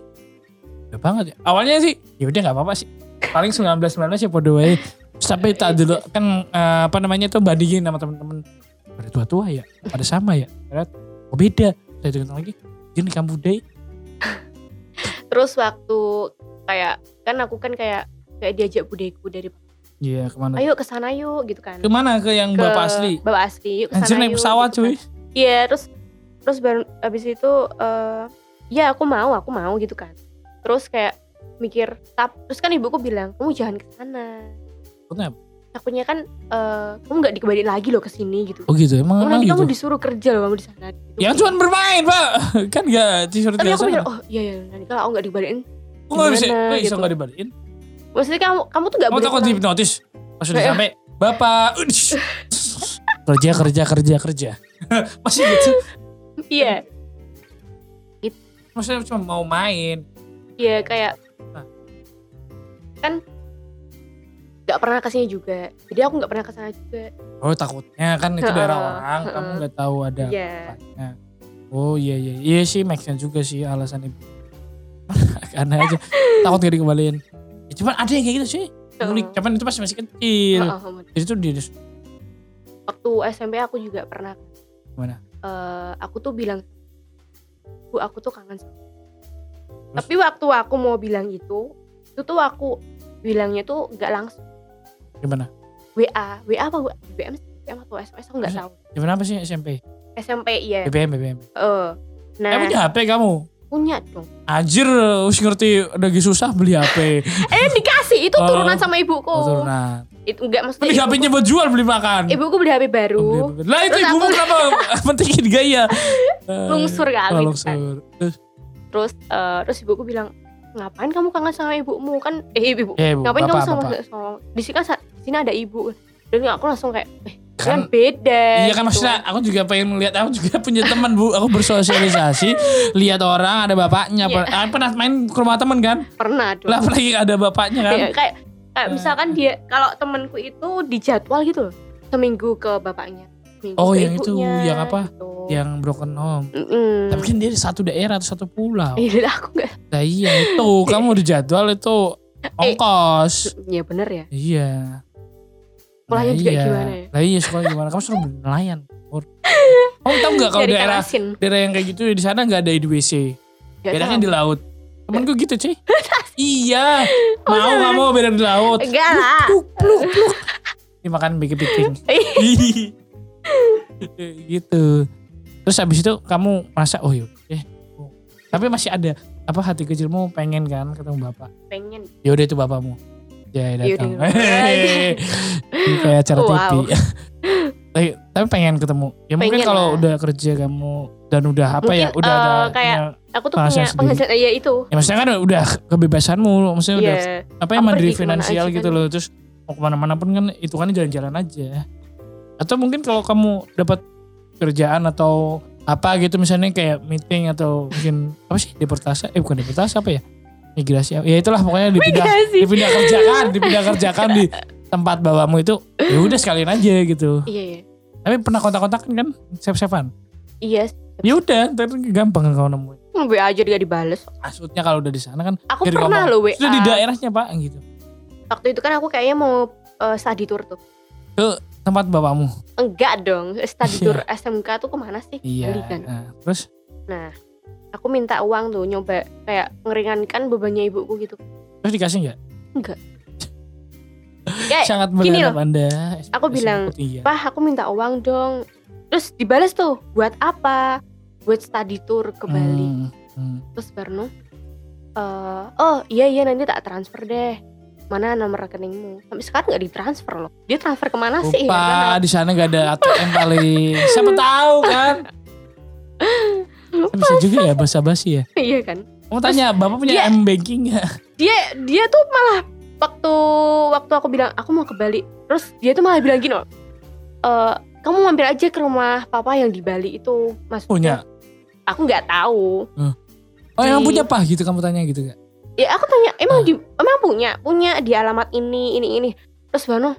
udah banget ya awalnya sih ya udah nggak apa-apa sih paling 19 19 ya podo wae sampai tak dulu kan eh, apa namanya tuh bandingin sama temen-temen pada tua-tua ya pada sama ya Ternyata, oh beda saya dengar lagi dia nikah muda ya.
terus waktu kayak kan aku kan kayak kayak diajak budeku dari
Iya kemana?
ayo ke sana yuk gitu kan
Kemana ke yang
Ke
bapak asli?
bapak asli yuk ke
Anjir
sana
naik
yuk,
pesawat
gitu kan.
cuy.
iya terus terus baru abis itu eh, ya aku mau aku mau gitu kan terus kayak mikir tap terus kan ibuku bilang kamu jangan ke sana
Kenapa?
takutnya kan eh, kamu nggak dikembaliin lagi loh ke sini gitu
Oh gitu emang,
Kamu
emang
nanti
gitu.
kamu disuruh kerja loh kamu di sana gitu.
Ya cuma bermain pak, kan gak t-shirt
tapi aku
biasa.
mikir
Aku
oh iya iya nanti kalau aku nggak dibalikin
nggak bisa,
gimana
kok bisa
gitu.
nggak dibalikin?
maksudnya kamu kamu tuh nggak
Kamu Oh, takut
pulang.
dihipnotis? Pas udah
Kayak-
sampai, bapak, udish. kerja kerja kerja kerja. Masih gitu,
iya
maksudnya cuma mau main.
Iya kayak
Hah?
kan nggak pernah kesini juga. Jadi aku nggak pernah kesana juga.
Oh takutnya kan itu
Heeh,
daerah orang,
heeh.
kamu nggak tahu ada
Iya.
apa-apanya. Oh iya iya, iya sih make sense juga sih alasan ibu. Karena aja takut gak dikembaliin. Ya, cuman ada yang kayak gitu sih. Mulik, cuman itu pasti masih kecil.
Heeh, heeh.
Jadi itu di
Waktu SMP aku juga pernah.
Gimana?
Eh, aku tuh bilang, bu aku tuh kangen. sama kamu." Tapi waktu aku mau bilang itu, itu tuh aku bilangnya tuh nggak langsung
gimana?
WA, WA apa WA? BM, BM atau SMS aku nggak
Masa?
tahu.
Gimana apa sih SMP?
SMP iya.
BBM BBM.
Eh, nah
Eh punya HP kamu?
punya dong.
Anjir, us ngerti lagi susah beli HP.
Eh dikasih itu
Oh.
turunan sama ibuku.
Oh, turunan.
Itu nggak maksudnya.
Beli HP-nya Oh, buat jual beli makan.
ibuku beli HP baru
Lah itu
Terus
ibumu
aku-
kenapa pentingin gaya? Eh,
lungsur kali
oh,
gitu kan.
lungsur. Terus,
terus eh, terus ibuku bilang ngapain kamu kangen sama ibumu kan eh ibu,
Ya, ibu,
ngapain
bapak,
kamu sama
bapak.
sama di sini kan sa- di sini ada ibu dan aku langsung kayak eh kan
Kan-
beda
Iya kan
gitu.
maksudnya aku juga pengen lihat aku juga punya teman bu aku bersosialisasi lihat orang ada bapaknya
Iya.
Per- ah, pernah main ke rumah teman kan
pernah dong
lah apalagi ada bapaknya kan
Iya, kayak kayak misalkan dia kalau temanku itu dijadwal gitu loh seminggu ke bapaknya seminggu
Oh,
ke
yang itu,
ibunya,
yang apa?
gitu.
yang broken home
Mm-mm.
tapi kan dia di satu daerah atau satu pulau
Iya, aku nggak
nah iya itu kamu udah jadwal itu
Eh.
ongkos
ya bener ya
iya
Sekolahnya juga gimana ya?
Lah iya sekolah gimana kamu suruh beli nelayan Pur. kamu tau nggak kalau
Dari
daerah
Kalasin.
daerah yang kayak gitu di sana nggak ada edwc
Nggak
Bedanya
tahu.
di laut. Temenku gitu cuy. iya. Mau nggak mau beda di laut.
Oh, enggak lah
Pluk pluk pluk. Dimakan bikin bikin.
Iya.
gitu. Terus habis itu kamu merasa oh yaudah deh. Tapi masih ada apa hati kecilmu pengen kan ketemu bapak.
pengen
Yaudah itu bapakmu. Ya datang. iya.
Yaudah.
Ini kayak acara TV.
Wow.
tapi, tapi pengen ketemu. Ya mungkin
Pengen
kalau
lah.
udah kerja kamu dan udah apa ya
Mungkin,
udah ada
eh, kayak-
punya-
aku tuh
Penghasilan
punya
sendiri.
penghasilan ya itu
ya maksudnya kan udah kebebasanmu maksudnya udah
Iya.
apa yang
Aku
mandiri
pergi kemana
finansial
aja
gitu
kan.
loh terus mau kemana-mana pun kan itu kan jalan-jalan aja atau mungkin kalau kamu dapat kerjaan atau apa gitu misalnya kayak meeting atau mungkin apa sih deportasi eh bukan deportasi apa ya migrasi apa- ya itulah pokoknya
Iya
dipindah
Migrasi.
dipindah kerjakan dipindah kerjakan di tempat bawamu itu ya udah sekalian aja gitu
Iya iya.
tapi pernah kontak-kontakan kan save-savean
Iya. sih.
ya udah ntar gampang kalau nemuin
WA aja juga dibales.
maksudnya kalau udah di sana kan
Aku
Jadi
pernah
ngomong,
loh WA.
sudah di daerahnya pak gitu
Waktu itu kan aku kayaknya mau eh, study tour tuh.
tempat bapakmu
Enggak dong,
Iya.
study tour SMK tuh kemana sih?
Iya.
Bali kan.
nah, terus
Nah, aku minta uang tuh nyoba kayak meringankan bebannya ibuku gitu.
terus dikasih nggak?
Kayak
Sangat
Eh, gini
berharap Anda.
Aku bilang,
Seperti iya.
Pak, aku minta uang dong. Terus dibales tuh, buat apa? Buat study tour ke Bali.
Hmm, hmm.
Terus Barno, eh, oh iya iya nanti tak transfer deh. Mana nomor rekeningmu? Sampai sekarang nggak ditransfer loh. Dia transfer kemana sih? Ya,
Lupa
kan?
di sana nggak ada ATM paling. Siapa tahu kan? Bisa juga ya bahasa basi ya.
iya kan.
Kamu tanya, Bapak punya
Iya.
M banking nggak?
Dia dia tuh malah waktu waktu aku bilang aku mau ke Bali, terus dia tuh malah bilang gini, loh, "Eh, kamu mampir aja ke rumah papa yang di Bali itu, Mas.
Punya.
Aku nggak tahu.
Oh, yang
Di-
punya apa gitu kamu tanya gitu gak?
ya aku tanya
Ah.
emang di emang punya punya di alamat ini ini ini terus Bano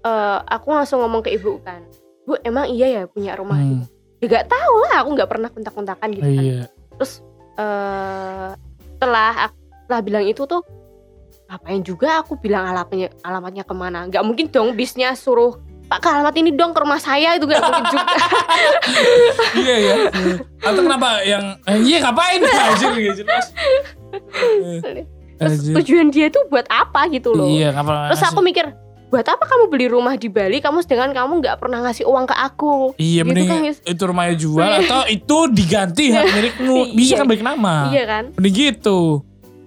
eh, aku langsung ngomong ke ibu kan bu emang iya ya punya rumah
Hmm.
gitu ya gak tau lah aku nggak pernah kontak-kontakan gitu
Oh,
kan
iya.
Eh, setelah aku setelah bilang itu tuh ngapain juga aku bilang alamatnya alamatnya kemana nggak mungkin dong bisnya suruh pak ke alamat ini dong ke rumah saya itu nggak mungkin juga
iya ya. Atau kenapa yang eh, iya ngapain anjir gitu jelas.
terus tujuan dia tuh buat apa gitu loh
Iya, ngapa
terus aku mikir buat apa kamu beli rumah di Bali kamu sedangkan kamu nggak pernah ngasih uang ke aku
Iya,
gitu
mending
kan, Yus.
itu rumahnya jual atau itu diganti hak milikmu. Bisa
Iya.
kan balik nama.
iya kan
Mending gitu.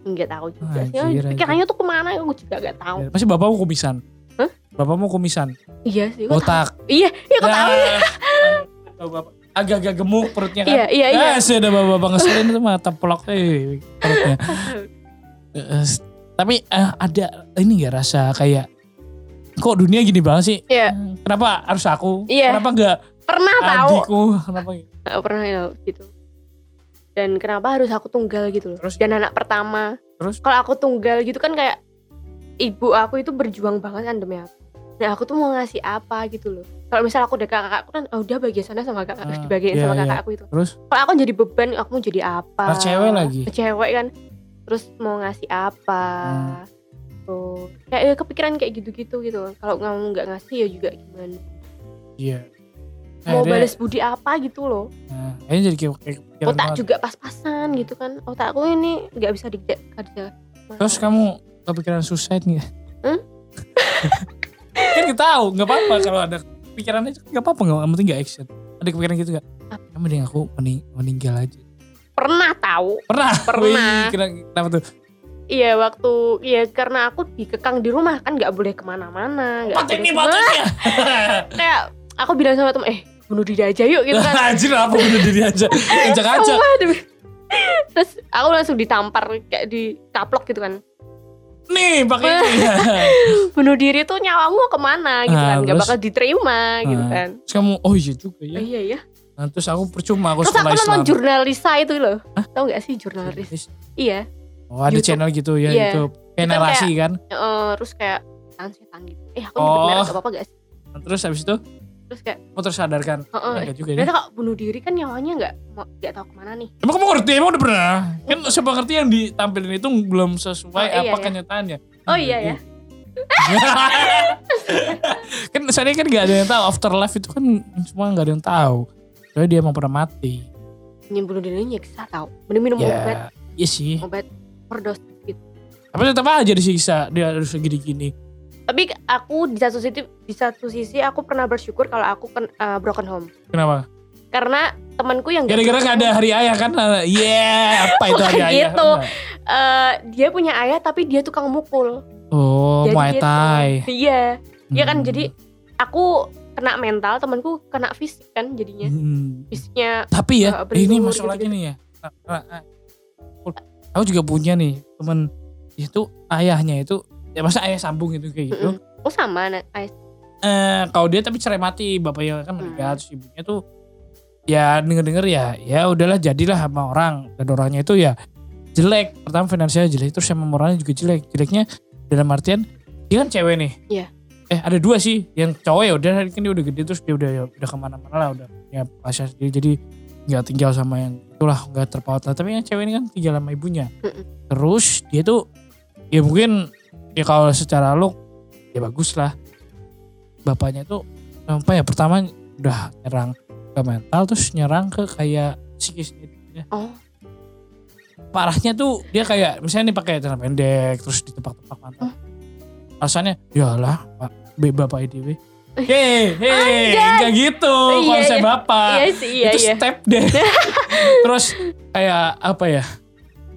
nggak tahu juga sih.
Anjir, anjir.
pikirannya tuh kemana aku juga nggak tahu
Masih bapakmu kumisan.
Iya. Hah?
Bapakmu kumisan.
iya sih kok tahu.
Botak.
iya iya kok tahu
Nah, tahu bapak. Agak-agak gemuk perutnya kan.
iya iya iya
Ya, sih ada bapak-bapak ngeselin itu mata pelok eh perutnya. Eh, eh, tapi eh, ada ini nggak rasa kayak kok dunia gini banget sih?
Iya.
Kenapa harus aku?
Iya.
Kenapa nggak
pernah tahu
adikku? Kenapa?
Nggak pernah ya, gitu dan kenapa harus aku tunggal gitu loh
Terus?
dan anak pertama
Terus?
kalau aku tunggal gitu kan kayak ibu aku itu berjuang banget kan demi aku nah aku tuh mau ngasih apa gitu loh kalau misal aku udah kakak aku kan oh udah bagian sana sama kakak harus
Ah,
dibagiin
iya,
sama
iya.
kakak aku itu
Terus?
kalau aku jadi beban aku mau jadi apa
Nah, cewek lagi.
cewek kan terus mau ngasih apa
Hmm.
tuh kayak ya, kepikiran kayak gitu-gitu gitu loh. kalau kamu nggak ngasih ya juga gimana
Iya.
mau
Akhirnya-
balas budi apa gitu loh
Nah, akhirnya jadi kayak, kayak kepikiran
otak
banget.
juga pas-pasan gitu kan otakku ini nggak bisa di kerja
Terus kamu kepikiran suicide nggak?
Hmm?
kan kita tahu nggak apa-apa kalau ada pikirannya nggak apa-apa nggak yang penting nggak action. Ada kepikiran gitu nggak?
Ah.
Ya, mending aku mening- meninggal aja.
pernah tahu
Pernah.
Pernah.
Wih, kena- kenapa tuh?
iya waktu iya karena aku dikekang di rumah kan nggak boleh kemana-mana nggak
Patek
boleh
nih
kemana-
pateknya.
kayak aku bilang sama temen eh bunuh diri aja yuk gitu kan
Anjir apa bunuh diri aja. Injak-ajak.
Sumpah demi- terus aku langsung ditampar kayak ditaplok gitu kan
Nih pakai
Ah.
ini.
bunuh diri tuh nyawamu kemana gitu
Ah,
kan nggak
terus?
bakal diterima gitu
Ah.
kan
Terus kamu oh iya juga ya.
Oh, iya iya
Nah, terus aku percuma aku
terus aku
sekolah Islam.
nonton jurnalisa itu loh tau nggak sih jurnalis iya
Oh ada
YouTube.
channel gitu ya
Iya.
YouTube. Kayak narasi kan.
Eh, terus kayak setan setan gitu eh aku
Oh.
nyebut merek gak apa-apa gak sih
Nah, Terus habis itu
terus kayak
kamu tersadarkan.
Heeh.
Enggak juga ya.
ternyata kalau bunuh diri kan nyawanya nggak mau- nggak tahu kemana nih
Emang kamu ngerti? Emang udah pernah? Kan siapa ngerti yang ditampilin itu belum sesuai
Oh, iya,
apa
iya.
kenyataannya.
oh iya ya
kan saya kan gak ada yang tahu afterlife itu kan semua gak ada yang tahu. Soalnya dia emang pernah mati.
ini bunuh ya diri nyiksa tau mending minum
Ya,
obat
iya sih.
obat perdos gitu
Tapi tetap aja disiksa. Dia harus segini-gini.
tapi aku di satu sisi di satu sisi aku pernah bersyukur kalau aku ken- eh, broken home
Kenapa?
karena temanku yang nggak-
Gara-gara gak ada hari ayah kan? Yeah, apa itu hari
Bukan
ayah?
gitu. Eh, dia punya ayah tapi dia tukang mukul
Oh,
Jadi
Muay
gitu.
Thai.
iya iya kan
Hmm.
jadi aku kena mental temanku kena fisik kan jadinya
Hmm.
fisiknya
Tapi ya,
Eh, beli
ini
telur
masuk lagi
gitu-gitu.
nih ya. Nah, nah, nah. Aku juga punya nih temen itu ayahnya itu ya masa ayah sambung gitu kayak gitu.
Mm-mm. oh sama anak ayah
Eh, kalau dia tapi cerai mati bapaknya kan
Hmm.
meninggal terus ibunya tuh ya denger-denger ya ya udahlah jadilah sama orang dan orangnya itu ya jelek pertama finansialnya jelek terus sama moralnya juga jelek jeleknya dalam artian dia kan cewek nih
Iya.
eh ada dua sih yang cowok ya udah kan dia udah gede terus dia udah ya, udah kemana-mana lah udah punya pasien sendiri jadi nggak tinggal sama yang itulah nggak terpaut lah tapi yang cewek ini kan tinggal sama ibunya
Mm-mm.
terus dia tuh ya mungkin ya kalau secara look ya bagus lah bapaknya tuh apa ya pertama udah nyerang ke mental terus nyerang ke kayak psikis gitu ya.
Oh.
Parahnya tuh dia kayak misalnya nih pakai celana pendek terus ditepak-tepak pantat. Alasannya yalah Pak B bapak IDW. Hei, hei,
Eh, Anjay.
enggak gitu
Iya,
konsep
iya.
bapak.
iya sih iya
Ah, itu
iya
step deh. terus kayak apa ya?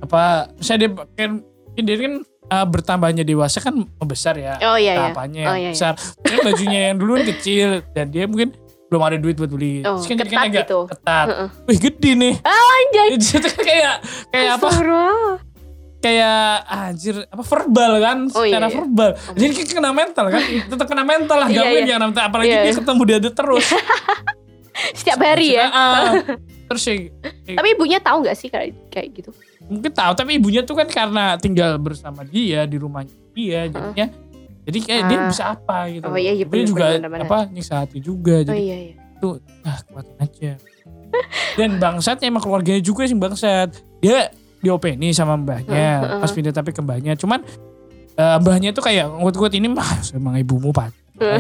Apa saya dia kan dia kan uh, bertambahnya dewasa kan membesar ya
oh iya iya
tahapannya yang
Oh, iya, iya.
besar. Terus bajunya yang dulu kan kecil dan dia mungkin belum ada duit buat beli.
Oh,
Terus kan jadi kan
ketat
agak
gitu.
ketat.
Heeh.
Wih gede nih.
anjay.
Jadi kayak kayak apa?
Astagfirullah.
Kayak anjir apa verbal kan?
Oh, iya,
secara
iya.
verbal. Jadi kayak kena mental kan? Tetap kena mental lah. Gak
Iya,
mungkin
iya.
dia kena mental. Apalagi
Iya,
dia
iya.
ketemu dia ada terus.
Setiap hari ya.
Ah, terus ya,
Tapi ibunya tahu nggak sih kayak kayak gitu?
mungkin tahu tapi ibunya tuh kan karena tinggal bersama dia di rumahnya dia jadinya jadi kayak dia
Ah.
bisa apa gitu.
Oh, iya, iya,
Dia
bener,
juga
bener, bener.
apa nyiksa hati juga.
Oh
Jadi
iya iya.
ah kuatin aja dan bangsatnya emang keluarganya juga sih bangsat dia diopeni sama mbahnya
Heeh,
pas pindah tapi ke mbahnya cuman eh, mbahnya tuh kayak nguat-nguat ini mah emang ibumu pak gitu.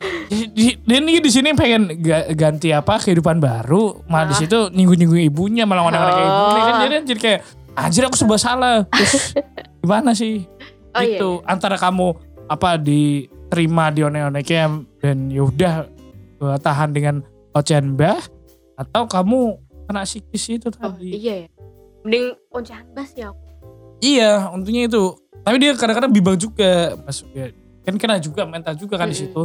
Di- di- dia nih di sini pengen ga- ganti apa kehidupan baru malah di
Ah.
situ nyinggung-nyinggung ibunya malah ngomong kayak ibunya kan
Oh.
jadi jadi kayak anjir aku serba salah terus gimana sih
Oh iya,
itu antara kamu apa diterima di one-oneknya dan ya yaudah eh, tahan dengan ocehan bah atau kamu kena psikis itu
Oh,
tadi
iya ya. Mending oncahan bas ya aku.
iya untungnya itu tapi dia kadang-kadang bimbang juga maksudnya kan kena juga mental juga kan di
Mm-mm.
situ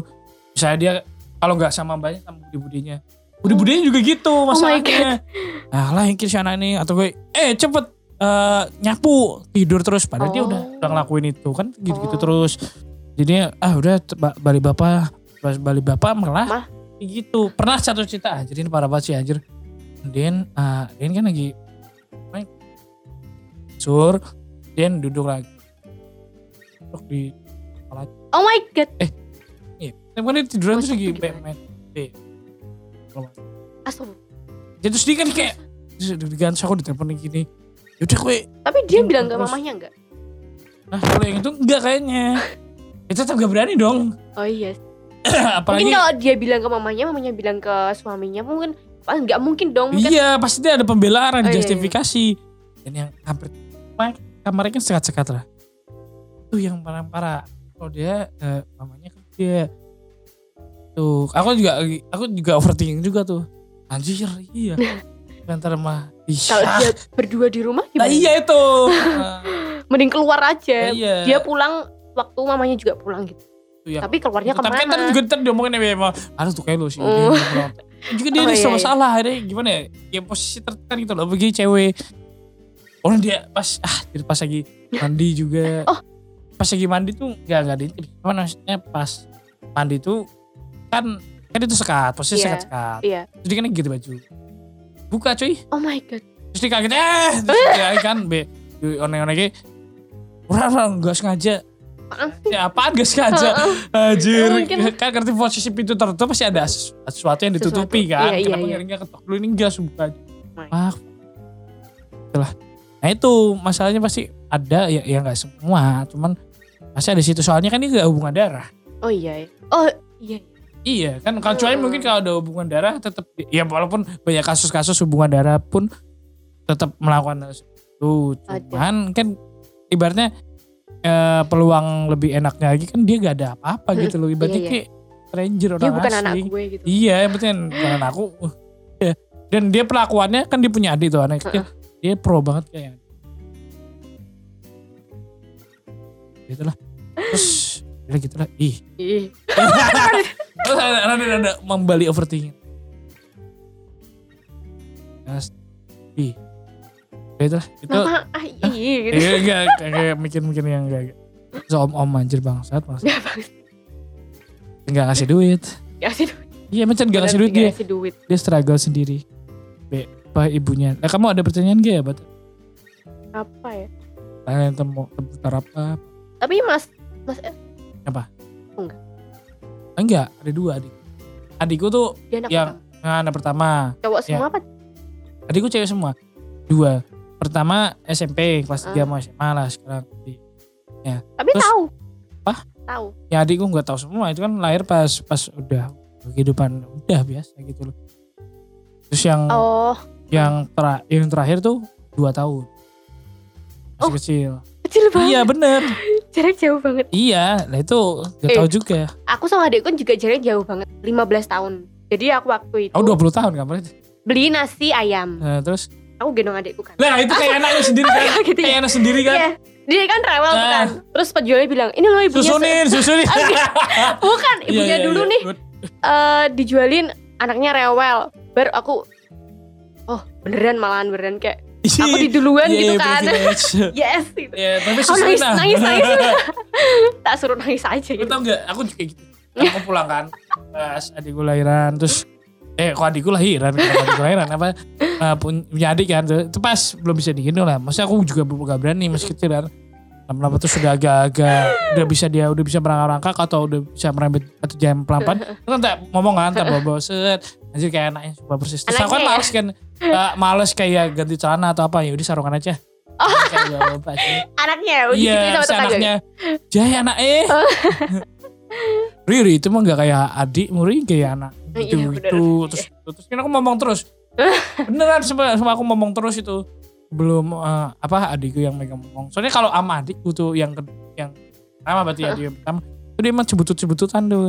misalnya dia kalau nggak sama mbaknya sama budi-budinya budi-budinya juga gitu
Oh
masalahnya ah lah yang kiri anak ini atau gue eh cepet eh, nyapu tidur terus padahal dia
Oh.
udah udah ngelakuin itu kan gitu-gitu
Oh.
terus jadi ah udah t- ba- balik bapak bas- balik bapak malah
Malah.
kayak gitu pernah satu cerita ah, jadi ini parah banget sih anjir Den ah, Den kan lagi main sur Den duduk lagi duduk di
Oh my god.
kan dia tiduran terus
Maksudnya
lagi
gimana?
main
Astagfirullah.
jadi terus dia kan kayak diganti aku diteleponin gini yaudah gue
Tapi dia
Hmm,
bilang ke
terus.
mamahnya enggak?
nah kalau yang itu enggak kayaknya itu tetap gak berani dong
Oh iya.
apalagi
Mungkin kalau dia bilang ke mamahnya, mamahnya bilang ke suaminya mungkin ah, nggak mungkin dong. Mungkin
Iya, pasti dia ada pembelaan,
Oh, iya,
justifikasi. Dan yang hampir Ma- kamarnya kan sekat-sekat lah. Itu yang parah-parah. Kalau dia eh, mamanya kan dia tuh, aku juga aku juga overthinking juga tuh. Anjir, iya. Bentar mah. Ih,
kalau
ah,
dia berdua di rumah
nah
gimana?
iya itu. Ah,
Mending keluar
nah,
aja.
iya.
Dia pulang waktu mamanya juga pulang gitu.
Tuh yang-
Tapi keluarnya
Gitu, Tapi
kemana?
ntar juga ntar diomongin ya memang harus tuh kayak lu sih.
Oh.
Dia bilang. Juga dia
Oh,
ada
iya,
sama
iya.
salah ada gimana ya? Ya posisi tertekan gitu loh bagi cewek. Orang dia pas ah jadi pas lagi mandi juga.
Oh.
Pas lagi mandi tuh nggak nggak diintip. Cuman maksudnya pas mandi tuh kan kan itu sekat, posisi
Iya,
sekat-sekat.
iya.
Jadi kan gitu baju. Buka cuy.
Oh my god.
Terus dia kaget eh terus dia kan be onek-oneknya Orang orang nggak sengaja.
Apaan
Ya apaan gak sengaja.
Heeh.
Anjir,
Mungkin.
kan ngerti posisi pintu tertutup pasti ada ses- sesuatu yang ditutupi
Sesuatu.
kan.
Iya, iya,
Kenapa
iya.
ngiringnya ketok dulu ini enggak suka.
Right.
Ah. Itulah. Nah itu masalahnya pasti ada ya ya enggak semua, cuman pasti ada situ soalnya kan ini gak hubungan darah.
Oh iya. ya. Oh iya.
Iya kan kalau kecuali
Hmm.
mungkin kalau ada hubungan darah tetap ya walaupun banyak kasus-kasus hubungan darah pun tetap melakukan hal itu.
Ada.
Cuman kan ibaratnya eh, peluang lebih enaknya lagi kan dia gak ada apa-apa
Mm,
gitu loh. Ibaratnya
iya, iya.
kayak stranger orang
Dia bukan
asing.
anak gue gitu.
Iya, yang penting bukan aku. Iya. Dan dia perlakuannya kan dia punya adik tuh anak kecil. Dia pro banget kayaknya. Gitulah. Gitu Terus ya udah gitulah. Ih.
Ih.
Terus ada, ada, ada, ada membalik overthinking. Terus, ih. Ya itulah. Itu
Mama ah iya gitu.
Iya enggak kayak- kayak mikir-mikir yang enggak. enggak. Terus om-om anjir bangsat, bangsat.
Gak bagus.
Enggak ngasih duit.
Kasih duit.
Iya, macam enggak ngasih
Bener,
duit dia.
Kasih duit.
dia struggle sendiri be apa ibunya nah, kamu ada pertanyaan gak ya buat
Apa ya?
tanya temu seputar apa
Tapi Mas Mas eh,
Ah, enggak ada dua adik adikku tuh
dia anak
Yang- nah, anak pertama
pertama. cowok semua apa?
adikku cewek semua dua pertama SMP kelas
Ah.
3 mau SMA lah sekarang Di-
Tapi
Terus-
tahu.
Apa?
Tahu.
ya adikku nggak tahu semua itu kan lahir pas pas udah kehidupan udah biasa gitu loh terus yang
Oh,
yang tera- yang terakhir tuh dua tahun masih
Oh.
kecil
kecil banget.
iya bener
Jarak jauh banget.
iya lah itu nggak
Eh.
tahu juga
Aku sama adikku juga jarak jauh banget. 15 tahun. Jadi aku waktu itu
Oh 20 tahun kan berarti.
beli nasi ayam.
Nah, terus
Aku gendong adikku kan.
lah itu kayak anaknya sendiri kan.
gitu
Kayak
ya.
anak sendiri kan.
Iya. Dia kan rewel tuh
Ah.
kan. Terus penjualnya bilang, "Ini loh ibunya." se-
Susunin, susunin.
Ah, iya. Bukan,
Iya,
ibunya
iya,
dulu
iya.
nih eh, dijualin anaknya rewel. Baru aku Oh, beneran malahan beneran kayak aku di duluan
Iya,
gitu
iya,
kan.
privilege.
yes gitu.
Iya, tapi
Aku
susunin
nangis,
lah.
nangis, nangis, Tak suruh nangis aja
Lu
gitu.
tau gak, aku juga kayak gitu. Aku pulang kan, pas adikku lahiran, terus eh kok adikku lahiran, kenapa adikku lahiran apa eh, pun- punya adik kan, itu pas belum bisa digini lah. Maksudnya aku juga belum gak berani masih kecil kan. Lama-lama tuh sudah agak-agak udah bisa dia udah bisa merangkak-rangkak atau udah bisa merembet atau jam pelan-pelan. Terus kan tak ngomong kan, tak bawa-bawa set. Anjir kayak anaknya super persis. Terus aku kan
Anaknya ya?
males kan, eh, males kayak ganti celana atau apa, ya udah sarungan aja.
Oh.
Kayak gak apa-apa sih.
Anaknya udah
Iya,
gitu
si
sama tetangga.
anaknya. Jaya anak eh.
Oh.
Riri itu mah gak kayak adik, Muri kayak anak.
Iya,
Gitu,
bener.
gitu. Terus, terus kan aku ngomong terus. Beneran sama, sama aku ngomong terus itu. belum eh, apa adikku yang megang ngomong. Soalnya kalau ama adikku tuh yang ke- yang pertama berarti ya dia yang pertama itu dia emang cebutut-cebututan tuh.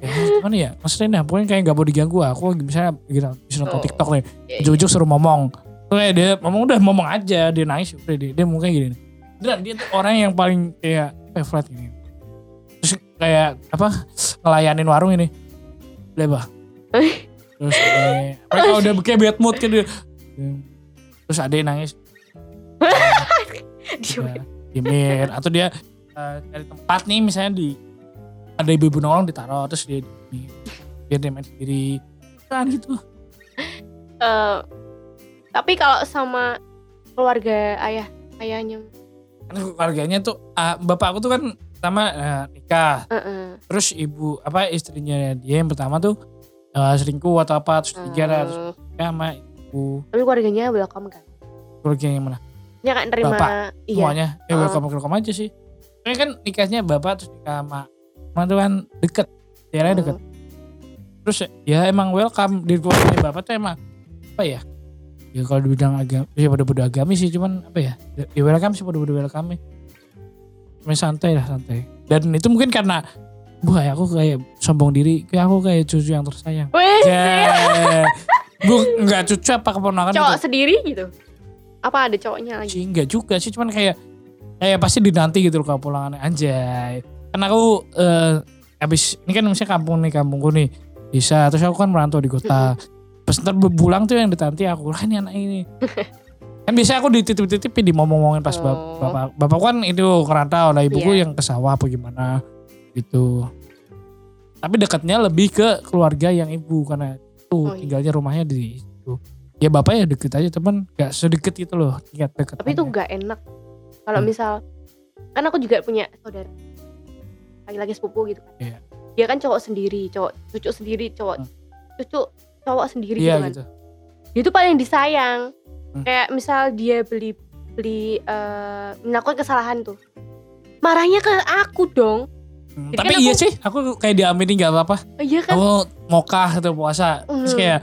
Ya, gimana ya? Maksudnya nah, pokoknya kayak gak mau diganggu aku misalnya gitu, bisa nonton
Oh.
TikTok nih,
Iya, iya.
ujung-ujung suruh ngomong. Terus kayak dia ngomong udah ngomong aja, dia nangis udah dia, dia mukanya gini. nih. Dan dia tuh orang yang paling kayak kayak flat gini. Terus kayak apa? ngelayanin warung ini. Lebah. Terus eh, mereka udah kayak bad mood gitu. Terus adek nangis.
Diem.
Ya, diemin atau dia eh, cari tempat nih misalnya di ada ibu-ibu nolong ditaruh terus dia diemin. biar dia main sendiri kan gitu
Eh, tapi kalau sama keluarga ayah ayahnya
kan keluarganya tuh ah, bapak aku tuh kan pertama eh, nikah
Heeh.
terus ibu apa istrinya dia yang pertama tuh eh, selingkuh atau apa terus tiga terus
Eh,
nikah sama ibu
tapi keluarganya welcome kan
keluarga yang mana
ya kan terima
Bapak,
iya
semuanya eh
Heeh.
welcome welcome aja sih soalnya kan nikahnya bapak terus nikah sama sama tuh kan deket
Ah.
daerahnya deket terus ya emang welcome di keluarganya bapak tuh emang apa ya ya kalau dibilang agama ya pada bodo agami sih cuman apa ya ya welcome sih pada bodo welcome Cuman santai lah santai dan itu mungkin karena Wah aku kayak sombong diri Kayak aku kayak cucu yang tersayang
Wih,
Ya Gue gak cucu apa keponakan
Iya. cowok
gitu
sendiri gitu apa ada cowoknya lagi
Sih nggak juga sih Cuman kayak Kayak pasti dinanti gitu loh kepulangannya Anjay Karena aku eh Abis Ini kan misalnya kampung nih Kampungku nih Bisa Terus aku kan merantau di kota Pas ntar pulang tuh yang ditanti aku Lah ini anak ini Kan biasanya aku dititip-titipin Dimomong-momongin pas bap-
Oh.
bapak Bapakku kan itu kerantau Lah ibuku
Iya.
yang ke sawah apa gimana Gitu Tapi dekatnya lebih ke keluarga yang ibu Karena
Oh,
tuh
iya.
tinggalnya rumahnya di situ Ya bapak ya deket aja teman Gak sedekat gitu loh Ingat deket
tapi itu nggak enak kalau
Hmm.
misal kan aku juga punya saudara lagi-lagi sepupu gitu kan
Iya.
dia kan cowok sendiri cowok cucu sendiri cowok
Hmm.
cucu cowok sendiri
Iya
gitu kan
gitu
dia tuh paling disayang
Hmm.
kayak misal dia beli beli eh, melakukan kesalahan tuh marahnya ke aku dong
Hmm,
Jadi
Tapi
kan
iya
aku-
sih Aku kayak diaminin gak apa-apa
iya kan
Aku mokah atau puasa Terus
Hmm.
kayak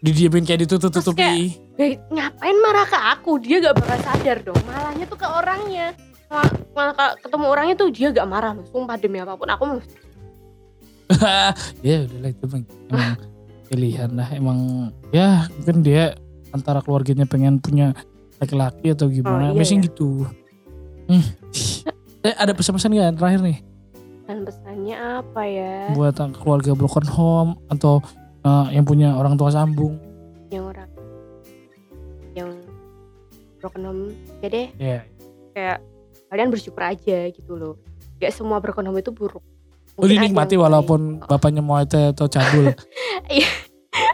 Didiemin kayak ditutup-tutupi
Terus Eh, ngapain marah ke aku dia gak bakal sadar dong marahnya tuh ke orangnya malah, malah kalau ketemu orangnya tuh dia gak marah loh sumpah demi apapun aku mau
ya udah lah itu emang, emang pilihan lah emang ya mungkin dia antara keluarganya pengen punya laki-laki atau gimana
Oh, iya,
Biasanya gitu hmm. Eh, ada pesan-pesan gak terakhir nih
Eh? dan pesannya apa ya
buat keluarga broken home atau eh, yang punya orang tua sambung
yang orang yang broken home ya deh
ya
kayak kalian bersyukur aja gitu loh gak semua broken home itu buruk
oh
Mungkin ada
dinikmati
yang baik.
walaupun bapaknya mau atau cabul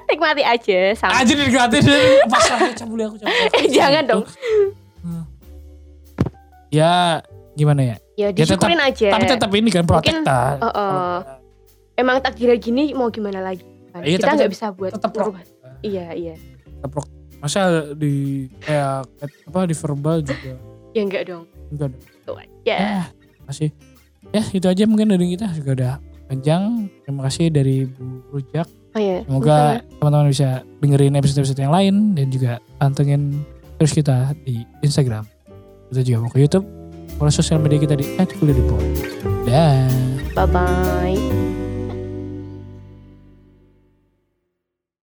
nikmati aja sama
aja dinikmati pasrah cabul ya, aku cabul
Eh, jangan dong.
Hmm. ya gimana ya
ya disyukurin aja
tapi tetap ini kan protek
Mungkin,
tak
uh-uh. emang takdirnya gini mau gimana lagi kan?
Iya, tapi
kita nggak
tetap-
bisa buat
tetap pro-
berubah. iya iya
Keprok. masa di kayak apa di verbal juga
ya enggak dong
enggak ada.
itu aja
Ah, masih ya itu aja mungkin dari kita juga udah panjang terima kasih dari Bu Rujak
oh ya
semoga teman-teman bisa dengerin episode-episode yang lain dan juga pantengin terus kita di Instagram kita juga mau ke YouTube follow sosial media kita di @kulireport dah
bye bye